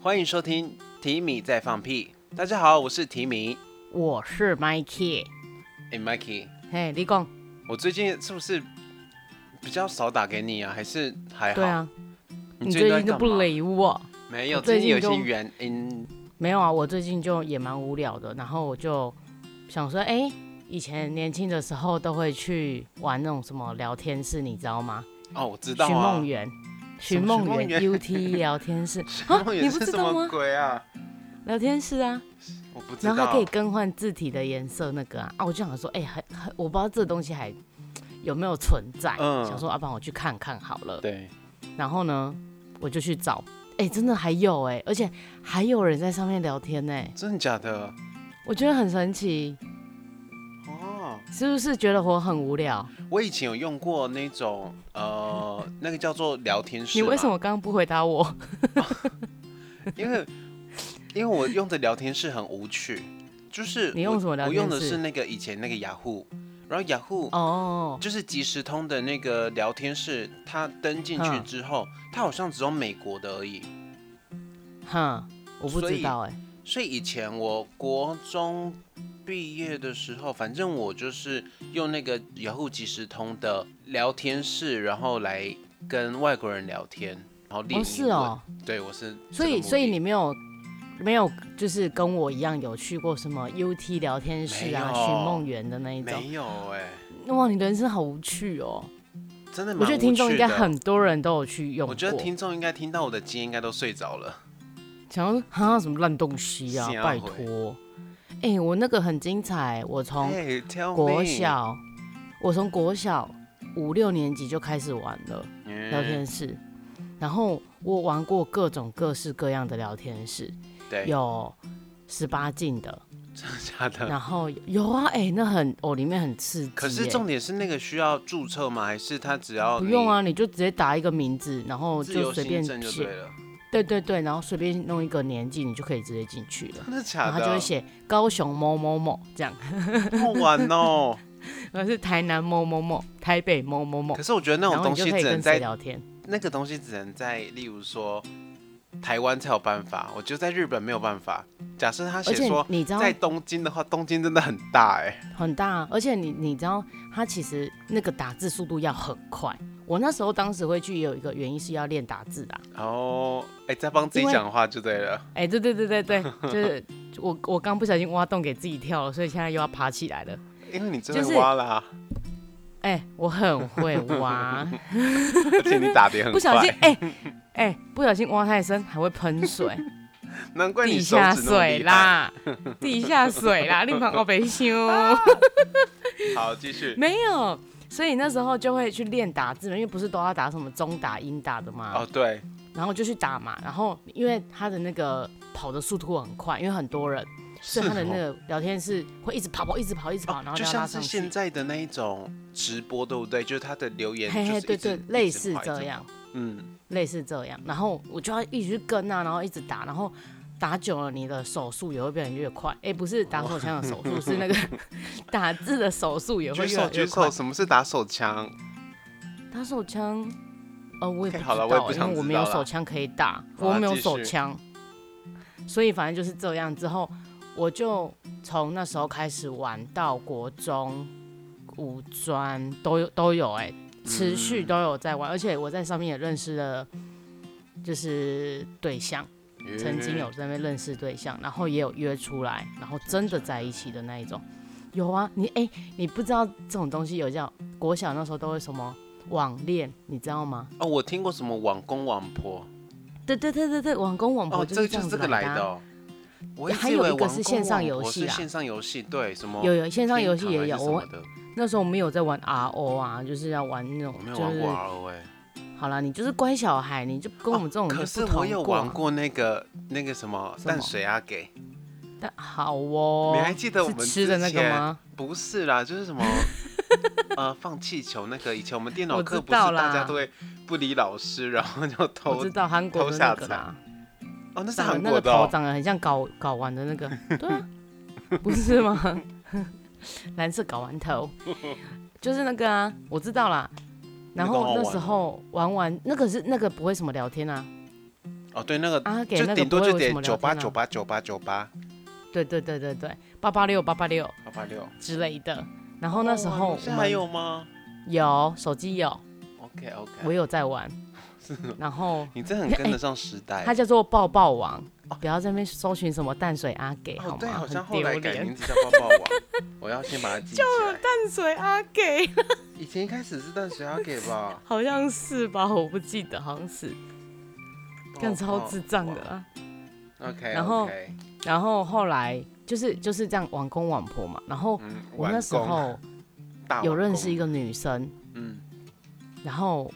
欢迎收听《提米在放屁》。大家好，我是提米。我是 Mikey。哎、m i k e y 嘿，你讲，我最近是不是比较少打给你啊？还是还好？对啊，你你最近最都在近都干嘛不？理我。没有，我最最近近有一些就原因。没有啊，我最近就也蛮无聊的，然后我就想说，哎、以前年轻的时候都会去玩那种什么聊天室，你知道吗？哦，我知道寻啊梦。园，什寻么梦寻梦园园 UT 聊天室，寻啊梦你园不是知什道么吗鬼啊？聊天室啊，我不知然后它道可以。更换字体的颜色那个啊，啊，我就想说，哎、还还我不知道这东西还有没有存在，嗯想说，啊要、不然我去看看好了。对，然后呢，我就去找，哎、真的还有哎、而且还有人在上面聊天呢、真的假的？我觉得很神奇，哦，是不是觉得我很无聊？我以前有用过那种 呃，那个叫做聊天室。啊你为什？么刚刚不回答我？因为因为我用的聊天室很无趣，就是你我用什么聊我用的天室是那个以前那个雅虎，然后雅虎哦，就是即时通的那个聊天室，它登进去嗯之后，它好像只有美国的而已。 哼，我不所以知道哎、所以以前我国中毕业的时候，反正我就是用那个雅虎即时通的聊天室，然后来跟外国人聊天，然后练哦英是文。哦，对，我是这所个以目所以的你没有没有就是跟我一样有去过什么 UT 聊天室啊、没有寻梦园的那一种？没有哎、哇，你人生好无趣哦！真的蛮我觉得听无众趣应该的很多人都有去用过，我觉得听众应该听到我的鸡应该都睡着了。想要哈什么烂东西啊吓，拜嗯回托！哎、我那个很精彩，我从哎 tell me 国小，我从国小五六年级就开始玩了嗯聊天室，然后我玩过各种各式各样的聊天室，对，有十八禁的，真的假的？然后有啊，哎、那很哦，里面很刺激、嗯可是哎重点是那个需要注册吗？还是他只要不你用啊，你就直接打一个名字，然后自由就随便新政就写对，了。对对对，然后随便弄一个年纪，你就可以直接进去 了。真的然假的？后他就 会写高雄某某某这样， 好玩哦。或者是台南某某某、台北某某某可，是我觉得那然种后东你就西可以只能跟谁在聊天。那个东西只能在，例如说台湾才有办法。我觉得在日本没有办法。假设他而写且说你知道在东京的话，东京真的很大哎、很大啊，而且你你知道，它其实那个打字速度要很快。我那时候当时会去也有一个原因是要练打字啊。哦，哎，在帮自己因为讲话就对了。哎、对对对对对， 就是我我刚不小心挖洞给自己跳了，所以现在又要爬起来了。因为你真就的是挖啦，哎、我很会 挖，而且你打的很 不小心快，哎哎、不小心挖太深还会喷水。难怪你地手下指那么水厉害。啦， 地下水啦，你旁我北修好，继续。 没有，所以那时候就会去练打字嘛，因为不是都要打什么中打、英打的嘛，哦，对，然后就去打嘛，然后因为他的那个跑的速度很快，因为很多人，所以他的那哦个聊天室会一直跑跑、一直跑、一直跑，哦然后就要拉像是上现去，在的那一种直播，对不对？就是他的留言，嘿就嘿，是一对直对，类似。一直跑这一直跑样，嗯，类似这样，然后我就要一直去跟啊，然后一直打，然后。打久了，你的手速也会变得越快。哎、不是打手枪的手速，是那个 打字的手速也会举越手来举越快手，。什么是打手枪？打手枪，呃，我 OK，也不知好道了我欸，也不想因为我知没道有啦手枪可以打，好我啦没有继手续枪，所以反正就是这样。之后我就从那时候开始玩到国中、五专都有都有、欸，哎，持续嗯都有在玩，而且我在上面也认识了，就是对象，曾嗯经有在那边认识对象，然后也有约出来，然后真的在一起的那一种。有啊，你哎、你不知道这种东西有叫国小那时候都会什么网恋，你知道吗？哦，我听过什么网公网婆，对对对对对，网公网哦，婆这是个这就是样这子个来来的啊、的哦。我一还直以有为一个网是公线上网游婆戏是啊线上游戏对什么有有线上游戏哦天堂也有，还是什我么的那时候没有在玩 RO 啊，就是要玩那种我没有就玩是过 RO 哎，好啦，你就是乖小孩，你就跟我们这种哦可就是不我同有过玩啊。过那个那个什么什么淡水阿给，但好哦，你还记得我是们吃的那之个前吗？不是啦，就是 什么呃放气球那个，以前我们电脑我知课不是道大家啦都会不理老师，然后就我偷知道韩国偷的下那个载啦，哦，那是长得韩那国个的头哦、长得很像睾睾丸的 那个，对啊，不是吗？ 蓝色睾丸头，就是那个啊，我知道啦。然那个好后好那玩时哦候玩完那个是那个不会什么聊天啊，哦，对，那个啊，给那就个顶多不会就有得什么九聊八天啊九八九八九八对对对对对，八八六八八六八八六。哦之类的。然后那时候我现在还们有吗有手机有， ？OK 我哎 OK，有在玩。哦然后你真的很跟得上时代。它叫做抱抱王，不要在那边搜寻什么淡水阿给哦好，对，吗？好像很后丢来改脸名。字叫抱抱 网，我要先把它记起来。淡水阿给以前一开始是淡水阿给吧，好像是吧？我不记得，好像是， 哦更超爆智障的爆啦。 OK，然后然后后来就是就是这样网公网婆嘛。然后嗯，啊我那时候有认识一个，个女生， 嗯，然后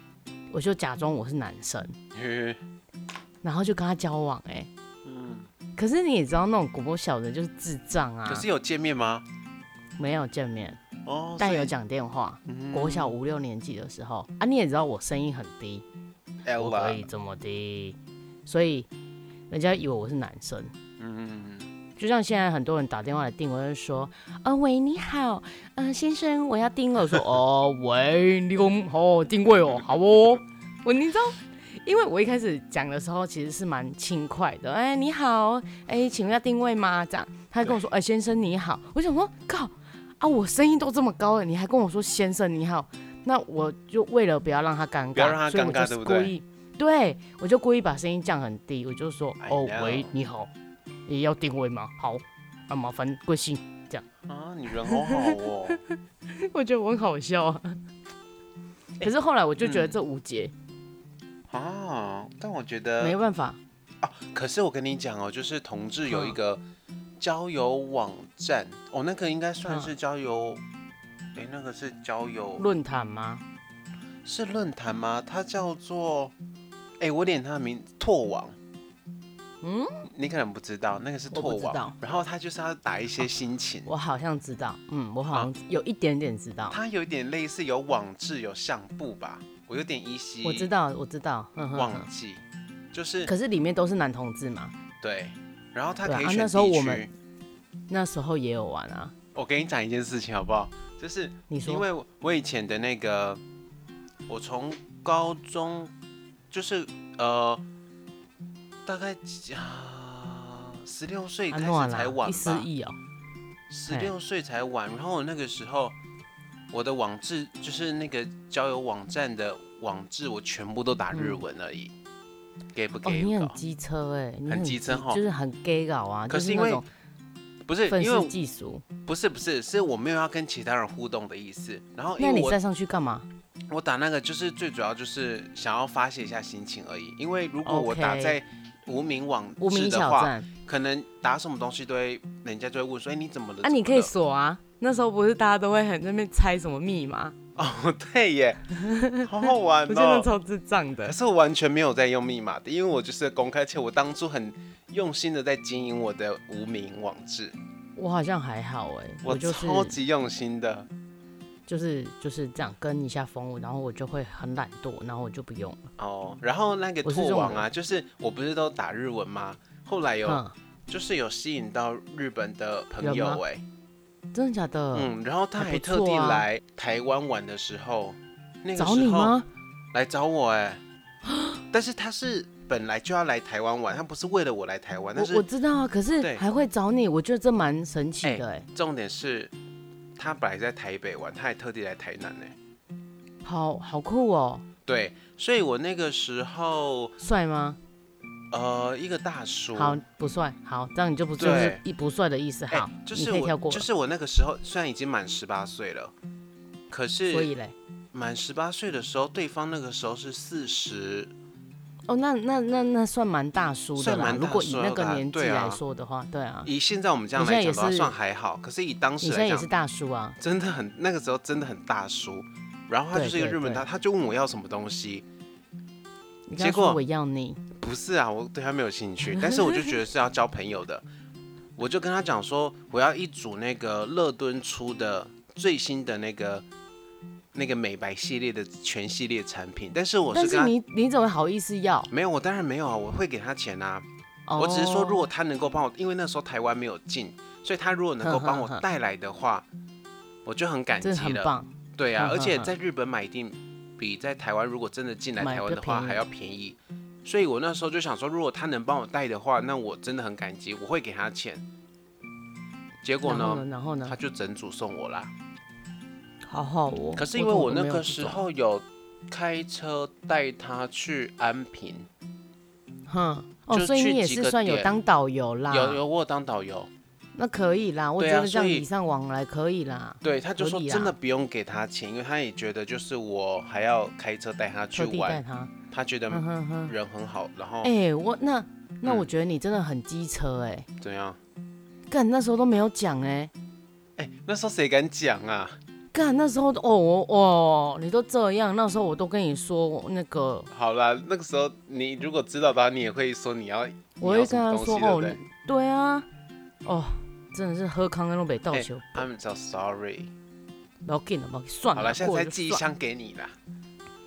我就假装我是男生，嗯嘿嘿然后就跟他交往、哎，嗯，可是你也知道，那种国小的就是智障啊可，是有见面吗？没有见面，哦，但所以有讲电话。嗯国小五六年级的时候啊，你也知道我声音很低，不可 Ella，以这么低，所以人家以为我是男生。嗯，就像现在很多人打电话来订，我就说：“啊、喂，你好，呃，先生，我要订了。”我说：“哦，喂，你公哦，定位哦，好哦。”我你知道，因为我一开始讲的时候其实是蛮轻快的，哎，你好，哎，请问要定位吗？这样，他就跟我说：“哎，先生你好。”我想说，靠啊，我声音都这么高了，你还跟我说先生你好，那我就为了不要让他尴尬，不要让他所以我尴尬就是对不对故意对，我就故意把声音降很低，我就说 I：“ 哦 know，喂，你好，也要定位吗？好，啊，麻烦贵姓啊，你人好好哦，？” 我觉得我很好笑啊。 可是后来我就嗯觉得这无解，啊，但我觉没得，办法。可是我跟你讲哦，就是同志有一个交友网站，哦，那个应该算是交友，哎，那个是交友论坛吗？是论坛吗？它叫做，哎、我点它的名拓网。嗯，你可能不知道，那个是我不拓知道网。然后它就是要打一些心情，我好像知道，嗯，我好像有一点点知道。它有一点类似有网志有相簿吧，我有点依稀我知道，我知道，嗯哼忘哼。记，就是可是里面都是男同志嘛，对。然后它对啊可以啊选那地时区。候我们那时候也有玩啊。我跟你讲一件事情好不好？就是你因说，为我我以前的那个，我从高中就是呃，大概啊十六岁开安诺始才啦，玩一吧失，忆哦，十六岁才玩。然后我那个时候，我的网志就是那个交友网站的网志，我全部都打日嗯文而已，给不哦，给你搞？很机车哎，你很机车吼就是很 gay 搞啊，可就是因那为种不是，愤因为世我嫉俗。不是不是，是我没有要跟其他人互动的意思。然后因那为你我再上去干嘛？我打那个就是最主要就是想要发泄一下心情而已，因为如果我 OK 打在无名网无址名的小话，站可能打什么东西都会，人家就会问说，哎、你怎么了？啊，怎你么可以了锁啊。那时候不是大家都会很在那边猜什么密码， 哦，对耶，好好玩我真的 哦。超智障可的。是我完全没有在用密码的，因为我就是公开，而且我当初很用心的在经营我的无名网址，我好像还好哎、我就是超级用心的。就是就是这样跟一下风，然后我就会很懒惰，然后我就不用了。哦，然后那个嗯我是拓这种网啊，就是我不是都打日文吗？后来有、嗯，就是有吸引到日本的朋人吗友哎、真的假的？嗯，然后他还还不特地错啊来台湾玩的时候，那个找时你候吗？来找我哎、但是他是本来就要来台湾玩，他不是为了我来台湾，但我是我知道啊，可是对还会找你，我觉得这蛮神奇的哎、重点是他本来在台北玩，他还特地来台南呢、好好酷哦，对，所以我那个时候帅吗？呃，一个大叔，好，不帅，好，这样你就不就是对一不帅的意思。哎、好，就是你可以跳我过就了。是我那个时候虽然已经满十八岁了，可所是以嘞，满十八岁的时候，对方那个时候是四十哦，那那那那算蛮大叔的算啦。蛮如大果以叔那个的啊年纪对啊来说的话，对啊，以现在我们这样你现来在讲的话，也是算还好。可是以当你时现在来也讲是，大叔啊，真的很那个时候真的很大叔。然后他就是一个对日本对他，他就问我要什么东西，你刚结果说我要你，不是啊，我对他没有兴 趣，但是我就觉得是要交朋友的，我就跟他讲说我要一组那个乐敦出的最新的那个那个美白系列的全系列产品，但是我但是是跟他你你怎么好意思要？没有，我当然没有啊，我会给他钱啊，哦我只是说，如果他能够帮我，因为那时候台湾没有进，所以他如果能够帮我带来的话，我就很感激真的很了。棒，对啊哼，哼而且在日本买一定比在台湾如果真的进来买台湾的话比较还便宜要便宜所以我那时候就想说，如果他能帮我带的话，那我真的很感激，我会给他钱。结果然后呢，呢，然后呢他，就整组送我啦。好好哦。可是因为我我那没有个这时种，候有开车带他去安平，哼，哦，就所以去你也几是个算有点当导游啦，有有我有当导游，那可以啦，我对觉啊得这样所以礼尚往来可以啦，对，他就合说理啊真的啦不用给他钱，因为他也觉得就是我还要开车带他去特地带玩，他，他觉得嗯哼哼。人很好，然后哎、我那那我嗯觉得你真的很机车哎、怎样？干那时候都没有讲哎、哎，那时候谁敢讲啊？干那时候都哦我哦，你都这样，那时候我都跟你说我那个，好啦，那个时候你如果知道的话，你也会说你要，我你会要什跟么东西他说对哦不对？你对啊，哦，真的是喝康跟东北倒哎酒， ，I'm so sorry。不要紧了，不要紧算好了，了，下次过再了就寄一算了箱给你啦。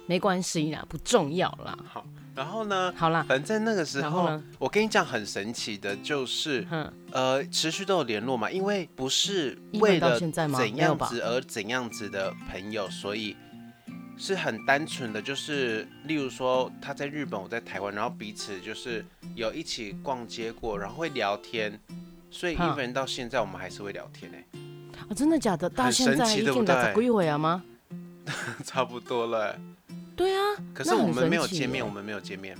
没关系啦，不重要啦，好，然后呢，好啦，反正那个时然后候呢，我跟你讲很神奇的，就是哼，呃，持续都有联络嘛，因为不是英为文到了现在吗？怎没有样吧？子而怎样子的朋友，所以是很单纯的，就是例如说他在日本，我在台湾，然后彼此就是有一起逛街过，然后会聊天，所以哼 even 到现在我们还是会聊天哎、啊，真的假的？到很现神在奇已对不经打对几回啊吗？ 差不多了。对啊，可是那很我们没有神奇见面，耶我们没有见面。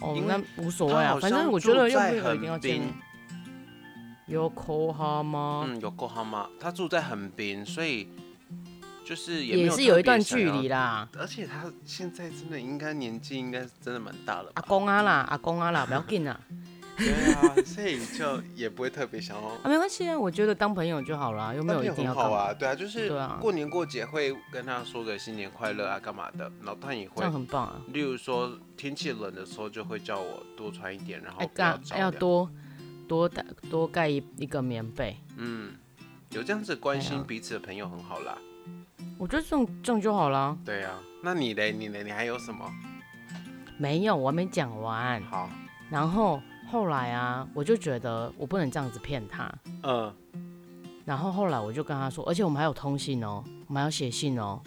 哦因，为那无所谓他啊好，反正像我觉得住又在没有一横定要见滨面。有口哈吗？嗯，有够好吗？他住在横滨，所以就是也没也特是别有一段想距要离。啦。而且他现在真的应该年纪应该是真的蛮大了阿吧？公啊啦，阿公啊啦，不要紧啦，对啊，所以就也不会特别想要啊没关系啊，我觉得当朋友就好啦，又没那有一也定要很干好嘛，啊，对啊，就是对啊过年过节会跟他说个新年快乐啊，干嘛的，然后他也这会样，很棒啊。例如说天气冷的时候就会叫我多穿一点，然后哎不要干，着还要凉多多带多盖一一个棉被，嗯，有这样子关对心啊彼此的朋友很好啦，我觉得这种这样就好啦。对啊，那你嘞，你嘞，你还有什么？没有，我还没讲完。好，然后后来啊，我就觉得我不能这样子骗他，嗯，然后后来我就跟他说，而且我们还有通信哦，我们还有写信哦。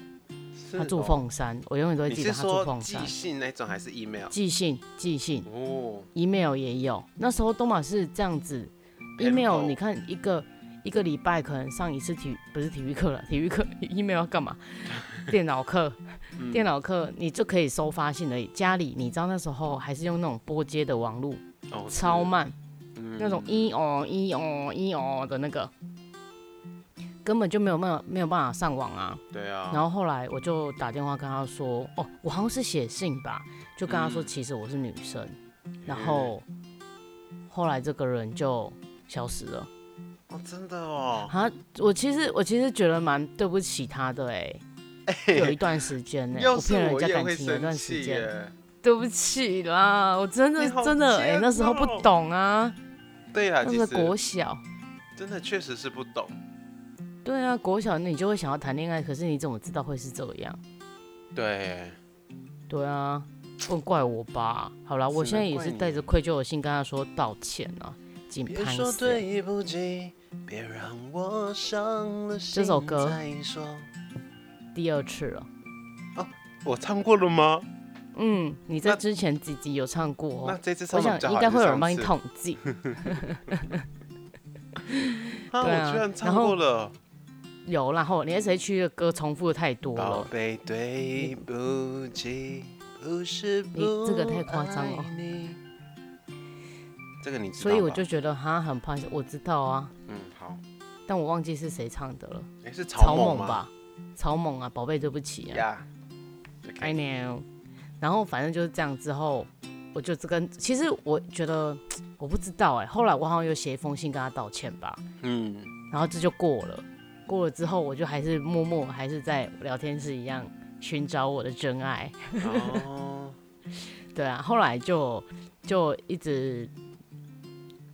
是他住哦，凤山，我永远都会你记是得他住说凤山寄。信那种还是 email？寄信，寄信哦， ，email 也有。那时候东马是这样子 Tempo ，email 你看一个一个礼拜可能上一次体不是体育课了，体育课 email 要 干嘛？电脑课，嗯电脑课你就可以收发信而已。家里你知道那时候还是用那种拨接的网络，哦，是超，慢，那种嗯一哦一哦一哦的那个，根本就没有办法没有办法上网啊。对啊，然后后来我就打电话跟他说，哦，我好像是写信吧，就跟他说嗯其实我是女生，然后后来这个人就消失了。哦，真的 哦，啊，我其实我其实觉得蛮对不起他的哎、有一段时间呢、 要哎我是骗了人我家也感会情有一生段时气间，耶。对不起啦，我真的你好真的哎、贱那时候不哦懂啊， 对啦，那其时候实国小，真的确实是不懂。对啊，国小你就会想要谈恋爱，可是你怎么知道会是这样？对，对啊，不能怪我吧？好啦，只我现在也能怪是带着你愧疚的心跟他说道歉啊，仅别拍说死。对不起，别让我伤了心这首歌再说。第二次了。我唱过了吗？嗯，你在那之前几集有唱过、那哦，这次唱我的想比较好，应该还是会有上人帮你次。统计。啊，对啊我居然唱然后过了。有啦，然后你嗯 S H E 的歌重复的太多宝了，贝，对不起，不是不哎你这个太夸张了爱你。这个你知道所以我吧就觉得哈很怕。我知道啊，嗯好，但我忘记是谁唱的了，哎是草蜢蜢吗？吧？草蜢啊，宝贝，对不起啊。呀 I know。然后反正就是这样，之后我就这跟，其实我觉得我不知道哎、后来我好像有写一封信跟他道歉吧，嗯，然后这就过了。过了之后，我就还是默默还是在聊天室一样寻找我的真爱。哦，对啊，后来就就一直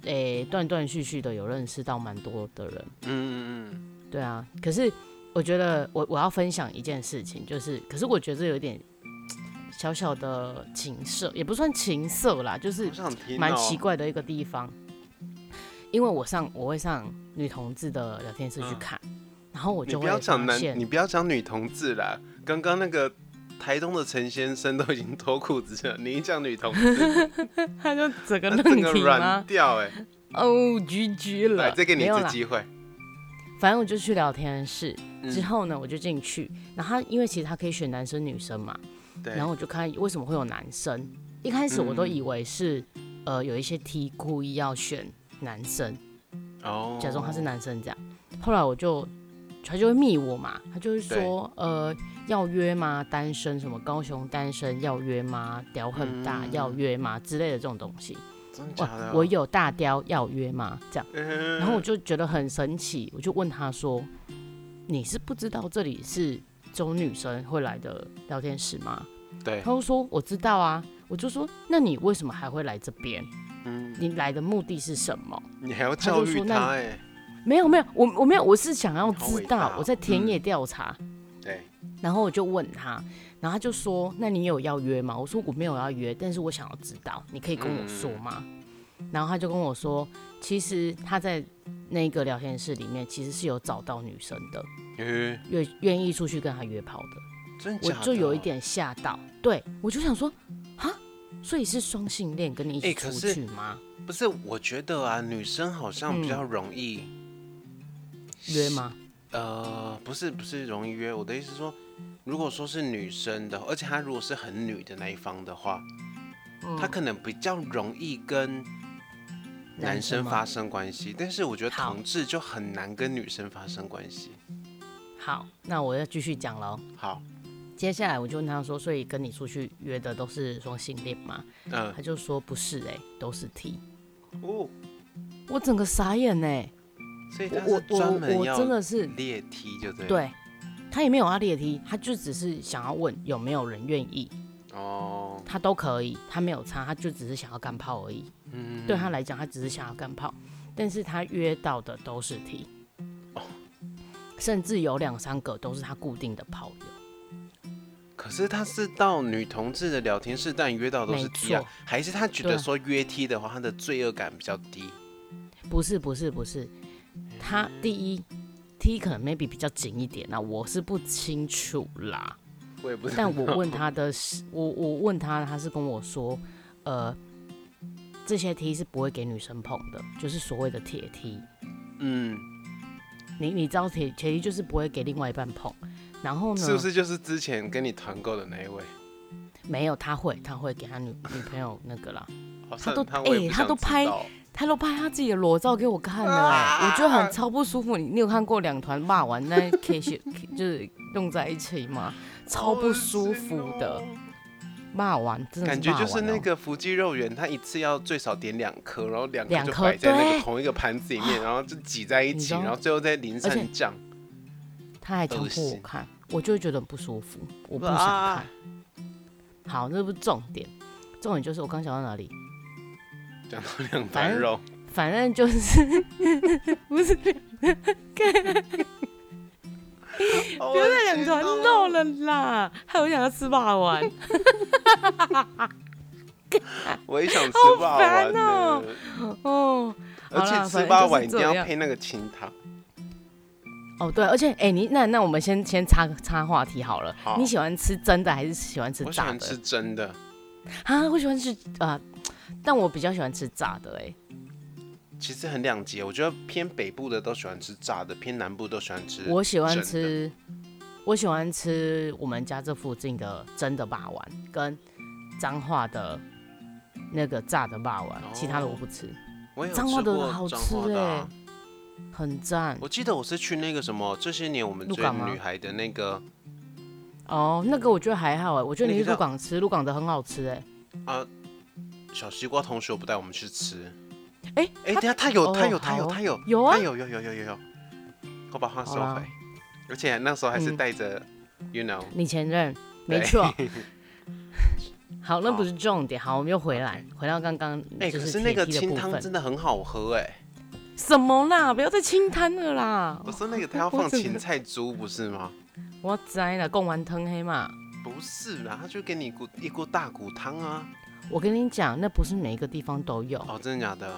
诶、断断续续的有认识到蛮多的人。嗯 嗯对啊，可是我觉得我我要分享一件事情，就是，可是我觉得这有点小小的情色，也不算情色啦，就嗯，是好想听哦，蛮奇怪的一个地方。因为我上我会上女同志的聊天室去嗯看，然后我你就不会要讲发男，现你，不要讲女同志啦。刚刚那个台东的陈先生都已经脱裤子了，你一讲女同 志，他就整个 那愣整个停软吗？掉哎、哦，居居了来，，再给你没一有次啦机会。反正我就去聊天室，之嗯，后呢，我就进去，然后他因为其实他可以选男生女生嘛，对嗯然，后我就看为什么会有男生。一开始我都以为是、呃有一些 T 故意要选男生，哦假装他是，男生这样。后来我就他就会密我嘛，他就会说呃要约吗？单身什么高雄单身要约吗？屌很大、嗯要约吗？之类的这种东西。真的哇假的啊？我有大雕要约吗？这样。嗯，然后我就觉得很神奇，我就问他说：“你是不知道这里是只有女生会来的聊天室吗？”对他，就说：“我知道啊。”我就说：“那你为什么还会来这边？嗯，你来的目的是什么你还要他教就育说那？”他哎、没有没有，我我没有，我是想要好伟知大道哦，我在田野调查。欸对，然后我就问他，然后他就说：“那你有要约吗？”我说：“我没有要约，但是我想要知道，你可以跟嗯我说吗？”然后他就跟我说：“其实他在那个聊天室里面，其实是有找到女生的，嗯，愿愿意出去跟他约炮的。真的我假的啊？就有一点吓到，对我就想说：“哈，所以是双性恋跟你一哎起可出是去吗？不是，我觉得啊，女生好像比嗯较容易，约吗？呃，不是不是容易约，我的意思是说，如果说是女生的，而且她如果是很女的那一方的话，嗯她可能比较容易跟男生吗发生关系，但是我觉得好同志就很难跟女生发生关系。好，那我要继续讲喽。好，接下来我就问他说：“所以跟你出去约的都是双性恋吗？”嗯、他就说：“不是、欸，都是 T。”哦，我整个傻眼呢，所以我他是我专我门我要真的是猎 T 就对了，对，他也没有要猎题，他就只是想要问有没有人愿意，哦，他都可以，他没有差，他就只是想要干炮而已。嗯，对他来讲，他只是想要干炮，但是他约到的都是 T，哦甚至有两三个都是他固定的炮友，可是他是到女同志的聊天室，但约到都是没 T 啊错，还是他觉对得啊说约 T 的话，他的罪恶感比较低？不是不是不是，他第一 T 可能 maybe 比较紧一点那啊我是不清楚啦。我也不知道但我问他的是， 我我问他，他是跟我说，呃，这些 T 是不会给女生碰的，就是所谓的铁 T。嗯，你你知道铁铁 T 就是不会给另外一半碰，然后呢，是不是就是之前跟你团购的那一位？没有他会他会给他女女朋友那个啦，好他像都我也哎不他想都知拍道他都拍他自己的裸照给我看了、哎、啊我觉得很超不舒服。你你有看过两团骂完那 K 线 就是弄在一起吗？超不舒服的好恶，心骂完真的感是觉骂就是完那哦个福记肉圆，他一次要最少点两颗，然后两颗两就颗摆在那个对同一个盘子里面，然后就挤在一你起，知道然后最后再淋而且上酱。他还强恶迫我心看，我就会觉得很不舒服，我不想啊看。好，这不是重点，重点就是我刚讲到哪里，讲到两反盘正肉，反正就是 不是不不要再两团肉了啦，害我想要吃霸王。哦我也想吃霸烦王哦呢哦而好啦且反吃正霸就是王一定这要样配那个清汤。哦对，而且哎、你那那我们先先插插话题好了，好你喜欢吃真的还是喜欢吃我喜炸欢吃的？真的，啊，我喜欢吃啊、但我比较喜欢吃炸的哎、其实很两极。我觉得偏北部的都喜欢吃炸的，偏南部都喜欢吃。我喜欢真的吃，我喜欢吃我们家这附近的真的霸丸跟彰化的那个炸的霸丸，其他的我不吃，我哦有彰吃化的过好彰吃欸化的啊、很赞我记得我是去那个什么，这些年我们鹿追港吗女孩的那个哦。那个我觉得还好哎，我觉得那你个去鹿叫港吃，鹿港的很好吃哎。小西瓜同学，不带我们去吃。哎哎、等一下他有哦他有他有好哦他有有啊他，有有有有有有，我把话收好回啦。而且那时候还是嗯带着、y o u know，你前任没对 错。好，那好嗯不是重点。好，我们又回来，回到刚刚哎、就可是是那铁个梯的清部汤真分。的很好喝哎、什么啦？不要再清摊 了啦！我说那个他要哦 我放怎么芹菜猪不是吗？我栽了，贡丸汤黑嘛。不是啊啦，他就给你一锅一锅大骨汤啊！我跟你讲，那不是每一个地方都有，哦，真的假的？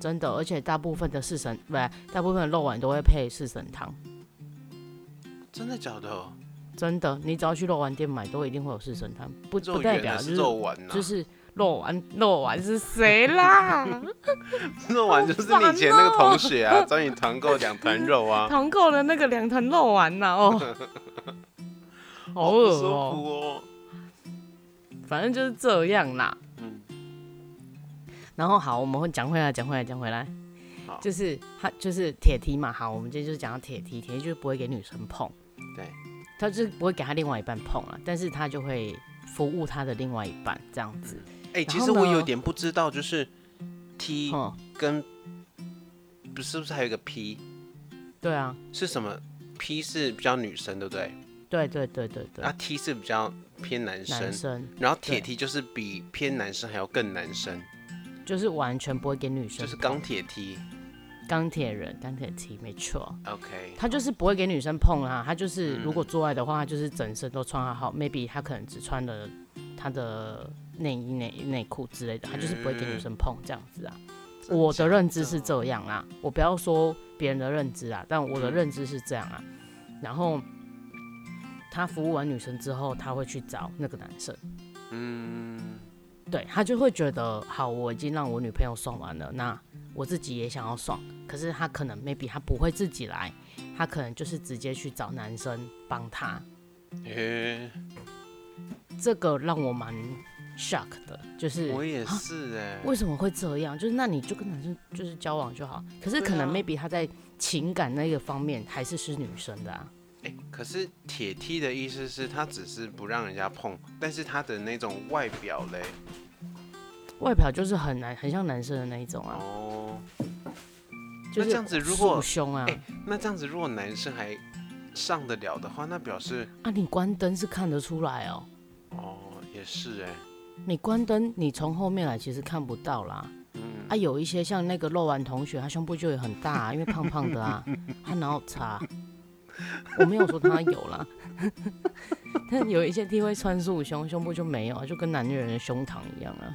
真的，而且大部分的四神不是，大部分的肉丸都会配四神汤，真的假的？真的，你只要去肉丸店买，都一定会有四神汤，不肉不代圆表还就是是肉丸啊呐、就是肉丸，肉丸是谁啦？ 肉丸就是你以前那个同学啊，找你团购两团肉啊，团购的那个两团肉丸 呐、哦， 好不恶舒哦、服哦。反正就是这样啦。嗯，然后好，我们会讲回来，讲回来，讲回来好，就是他就是铁梯嘛。好，我们今天就是讲到铁梯，铁梯就是不会给女生碰，对，他就是不会给他另外一半碰了，但是他就会服务他的另外一半这样子。哎、其然实后我呢有点不知道，就是嗯 T 跟不是不是还有一个 P 对啊，是什么？P 是比较女生，对不对？对对对对对，啊，T 是比较偏男生，男生然后铁对 T 就是比偏男生还要更男生，就是完全不会给女生就是碰，钢铁 T。钢铁人、钢铁梯，没错。 OK，他就是不会给女生碰啊，他就是如果做爱的话，他就是整身都穿好好，maybe 他可能只穿了他的内衣、内内裤之类的，他就是不会给女生碰这样子啊。我的认知是这样啦，我不要说别人的认知啊，但我的认知是这样啊。然后他服务完女生之后，他会去找那个男生，嗯，对他就会觉得好，我已经让我女朋友爽完了，那我自己也想要爽，可是他可能 maybe 他不会自己来，他可能就是直接去找男生帮他，诶、这个让我蛮 shock 的，就是我也是哎、为什么会这样？就是那你就跟男生就是交往就好，可是对可能啊 maybe 他在情感那个方面还是是女生的啊，诶可是铁 T 的意思是他只是不让人家碰，但是他的那种外表嘞，外表就是很难很像男生的那一种啊，哦，就是这样子如果束胸啊，哎那这样子如果男生还上得了的话，那表示啊你关灯是看得出来哦。哦也是哎、你关灯，你从后面来其实看不到啦。嗯啊，有一些像那个肉丸同学，他胸部就也很大、啊， 因为胖胖的啊，他哪有差？我没有说他有啦， 但有一些 T 会穿束胸，胸部就没有啊，就跟男人的胸膛一样啊。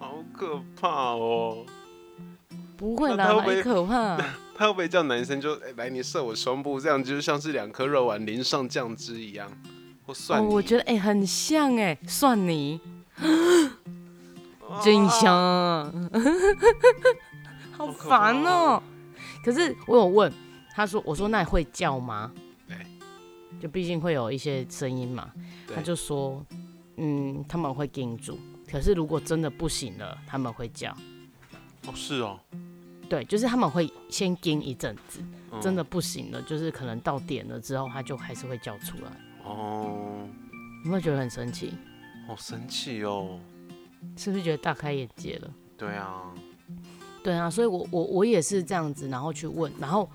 好可怕哦。不会那啦，他会不哪会可怕、啊他会不会叫男生就、哎来你射我胸部，这样就像是两颗肉丸淋上酱汁一样，或蒜哦，泥？我觉得得哎、很像哎、蒜泥，真香， 好烦哦、可是我有问他说，我说那你会叫吗对？就毕竟会有一些声音嘛，对他就说，嗯，他们会定住，可是如果真的不行了，他们会叫，哦是哦，对，就是他们会先盯一阵子，嗯真的不行了，就是可能到点了之后，他就还是会叫出来，哦，有没有觉得很神奇？好生气哦。是不是觉得大开眼界了？对啊，对啊，所以我我我也是这样子，然后去问，然后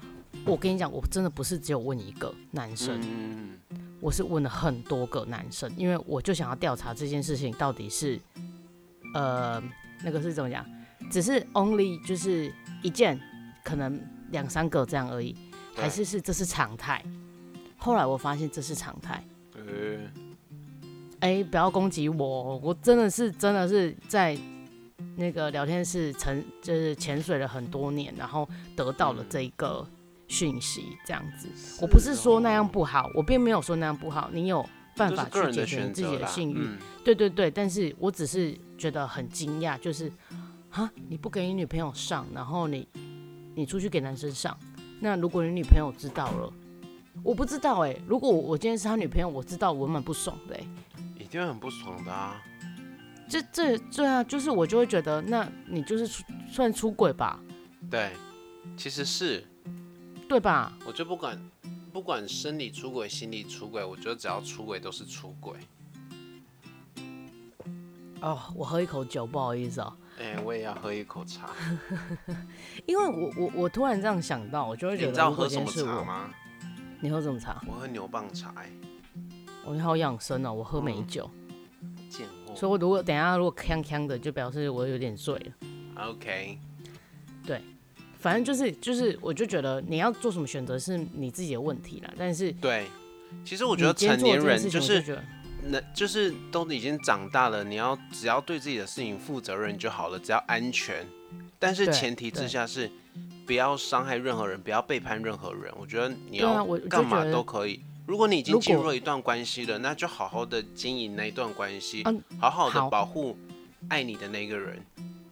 我跟你讲，我真的不是只有问一个男生，嗯，我是问了很多个男生，因为我就想要调查这件事情到底是，呃，那个是怎么讲，只是 only 就是一件，可能两三个这样而已，嗯对还是是这是常态。后来我发现这是常态，呃，哎、不要攻击我哦，我真的是真的是在那个聊天室沉，就是潜水了很多年，然后得到了这一个讯息，这样子。我不是说那哦样不好，我并没有说那样不好，你有办这法是个去人的解决你选自己择的啦，性欲，嗯对对对。但是我只是觉得很惊讶，就是哈，你不给你女朋友上，然后你你出去给男生上，那如果你女朋友知道了。我不知道哎、如果我我今天是他女朋友，我知道我蛮不爽的哎、一定会很不爽的啊。这这对啊，就是我就会觉得，那你就是出算出轨吧，对，其实是对吧？我就不管不管生理出轨、心理出轨，我觉得只要出轨都是出轨。哦，我喝一口酒，不好意思哦，哎、我也要喝一口茶。因为我我我突然这样想到，我就会你觉知得，道如果喝今什天么是茶我，吗？你喝什么茶？我喝牛蒡茶、哎，我好养生哦，我喝嗯美酒，见过。所以我如果等一下如果呛呛的，就表示我有点醉了。 OK，反正就是就是，我就觉得你要做什么选择是你自己的问题啦，但是对，其实我我觉得成年人就就是觉得能，就是都已经长大了，你要只要对自己的事情负责任就好了，只要安全。但是对前提之对下是不要伤害任何人，不要背叛任何人。我觉得你对啊要我就干嘛觉得都可以，如果你已经如进果入了一段关系了，那就好好的经营那一段关系，嗯好好的好保护爱你的那个人。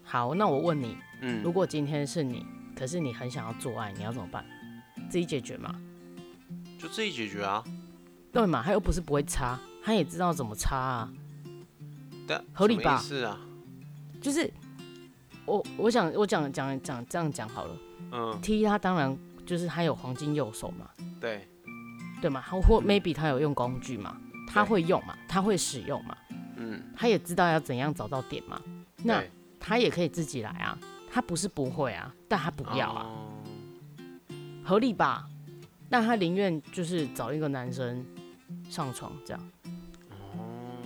好，那我问你，如嗯，果今天是你，可是你很想要做爱，你要怎么办？自己解决嘛，就自己解决啊。对嘛？他又不是不会擦，他也知道怎么擦啊。但合理吧是啊，就是我，我想我讲讲讲这样讲好了。嗯， T 他当然就是他有黄金右手嘛，对，对嘛？他或 maybe 他有用工具嘛，他嗯对会用嘛，他会使用嘛，嗯，他也知道要怎样找到点嘛。那对他也可以自己来啊，他不是不会啊，但他不要啊，哦合理吧？那他宁愿就是找一个男生上床这样，哦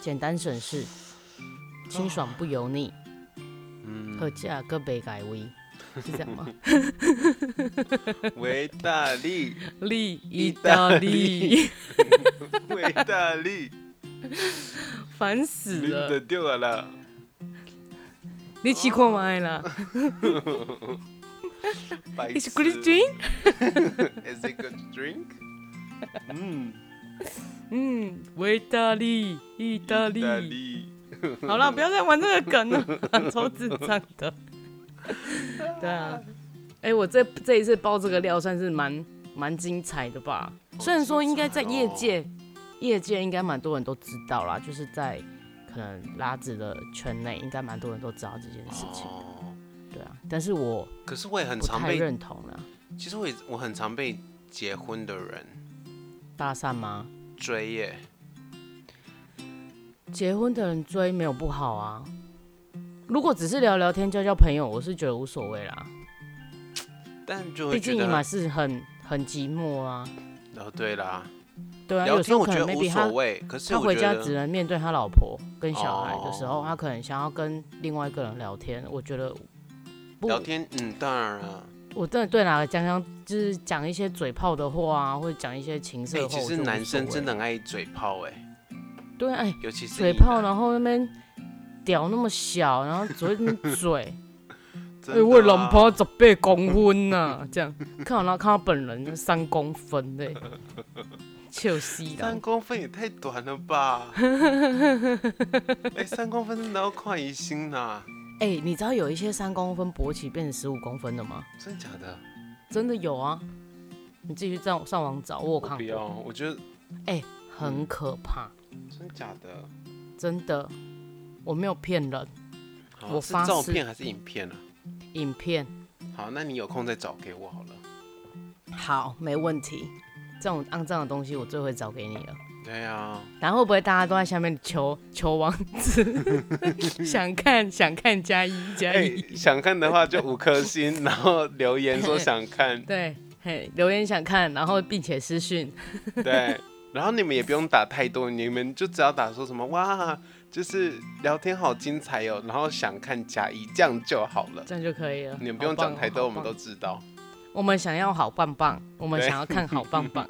简单省事，清爽不油腻，嗯，和价格被改为。是这样 吗？维大利，利意大大利 利，维大利，烦死你了！的掉了啦。你去过吗？啦，哦白你是痴 Christine？ Is it good drink？嗯，嗯，维大利，意大意大利。利，好了，不要再玩这个梗了， 超智障的。 对啊，哎、我这这一次爆这个料算是蛮蛮精彩的吧？虽然说应该哦在业界，业界应该蛮多人都知道啦，就是在可能拉子的圈内，应该蛮多人都知道这件事情。哦，对啊，但是我可是我也很不常太被认同啦。其实我也我很常被结婚的人搭讪吗？追耶，结婚的人追没有不好啊。如果只是聊聊天、交交朋友，我是觉得无所谓啦。但就毕会觉竟你得嘛是很很寂寞啊。哦，对啦，对啊，聊有时天候我可觉能得无 maybe 所他谓，可是他我回觉家只得能面对他老婆跟小孩的时候，哦他可能想要跟另外一个人聊天。我觉得不，聊天，嗯，当然了，我真的对哪个讲讲就是讲一些嘴炮的话啊，或者讲一些情色哎，的话，其我实觉得无男生所真的谓很爱嘴炮哎，对哎，尤其是啊嘴硬炮，的，然后那边屌那么小，然后只会那 边嘴。真哎、我的老啊婆十八公分呐、这样看到他看到本人三公分嘞、笑死三人！公分也太短了 吧？哎，三公分真的要快一星呐，哎、你知道有一些三公分勃起变成十五公分的吗？真的假的？真的有啊！你自己去上上网找，我有我嗯看不过，要，我觉得哎、很可怕，真的假的，真的，我没有骗人，好啊我是发照誓片还是影片啊？影片好，那你有空再找给我好了。好，没问题。这种肮脏的东西我最会找给你了。对啊，然后会不会大家都在下面求 求王 子？想看想看加一 加哎、一。想看的话就五颗 星，然后留言说想 看，对，嘿，留言想看，然后并且私讯，对。然后你们也不用打太多，你们就只要打说什么哇，就是聊天好精彩哦，然后想看加一，这样就好了。这样就可以了。你们不用好棒讲哦太多，好我们都棒知道。我们想要好 棒棒，我们对想要看好棒棒。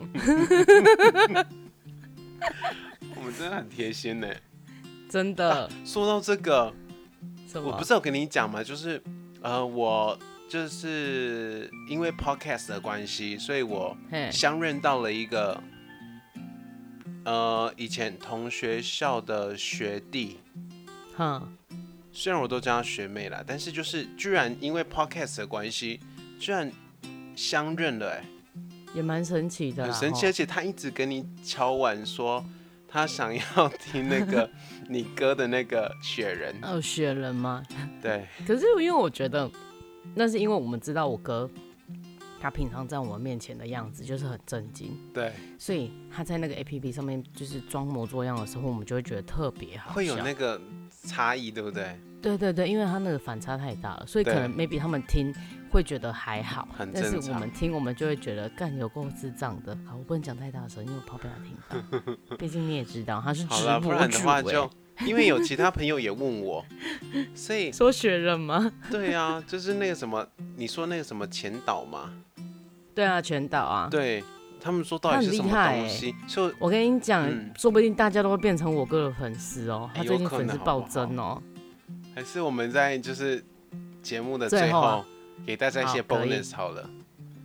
我们真的很贴心呢。真的，说到这个，什我么不？是有跟你讲嘛，就是呃，我就是因为 podcast 的关系，所以我嘿，相认到了一个呃以前同学校的学弟，哼，虽然我都叫她学妹啦，但是就是居然因为 podcast 的关系，居然相认了、欸，也蛮神奇的啊很啦，神奇。啊而吼。且她一直跟你敲碗说她想要听那 个你哥的那个雪人，哦，雪人吗？对，可是因为我觉得，那是因为我们知道我哥，他平常在我们面前的样子就是很震惊，对，所以他在那个 A P P 上面就是装模作样的时候，我们就会觉得特别好笑。会有那个差异，对不对？对对对，因为他那个反差太大了，所以可对能 maybe 他们听会觉得还好很，但是正我常们听我们就会觉得干有够智障的。好，我不能讲太大声，因为我怕被他听 到。毕竟你也知道他是好直了，不播然的主、话欸，就因为有其他朋友也问我，所以说学人吗？ 对啊，就是那个什么，你说那个什么前导嘛，对啊，全岛啊。对他们说到底是什么他很厉害欸东西，所以我跟你讲，嗯说不定大家都会变成我哥的粉丝哦、哎他最有近可粉能丝好暴不好增哦、还是我们在就是节目的最最后啊后给大家一些好可以 bonus 好了。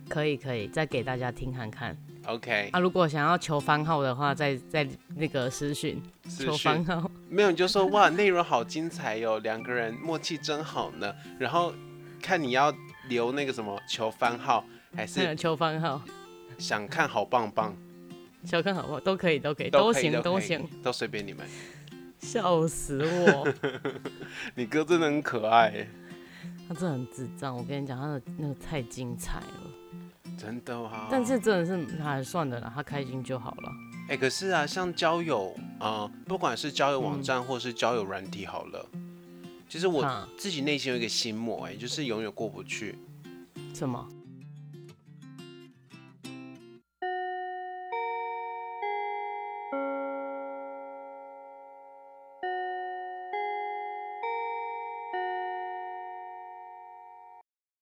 可以可以，再给大家听看看。 OK，啊，如果想要求番号的话，再再那个私讯私求讯番号。没有你就说哇，内容好精彩哟、两个人默契真好呢。然后看你要留那个什么求番号，还是嗯， 求番号，想看好棒棒，求看好不好？都可以，都可以，都可以行，都都可以行。，都随便你们。笑死我， 你哥真的很可爱，欸他真的很智障。我跟你讲，他的那个太精彩了。哦真的啊。但是真的是，还算了啦，他开心就好了。哎、可是啊，像交友啊、呃不管是交友网站或是交友软体，好了，其实我哈自己内心有一个心魔、哎，就是永远过不去。什么？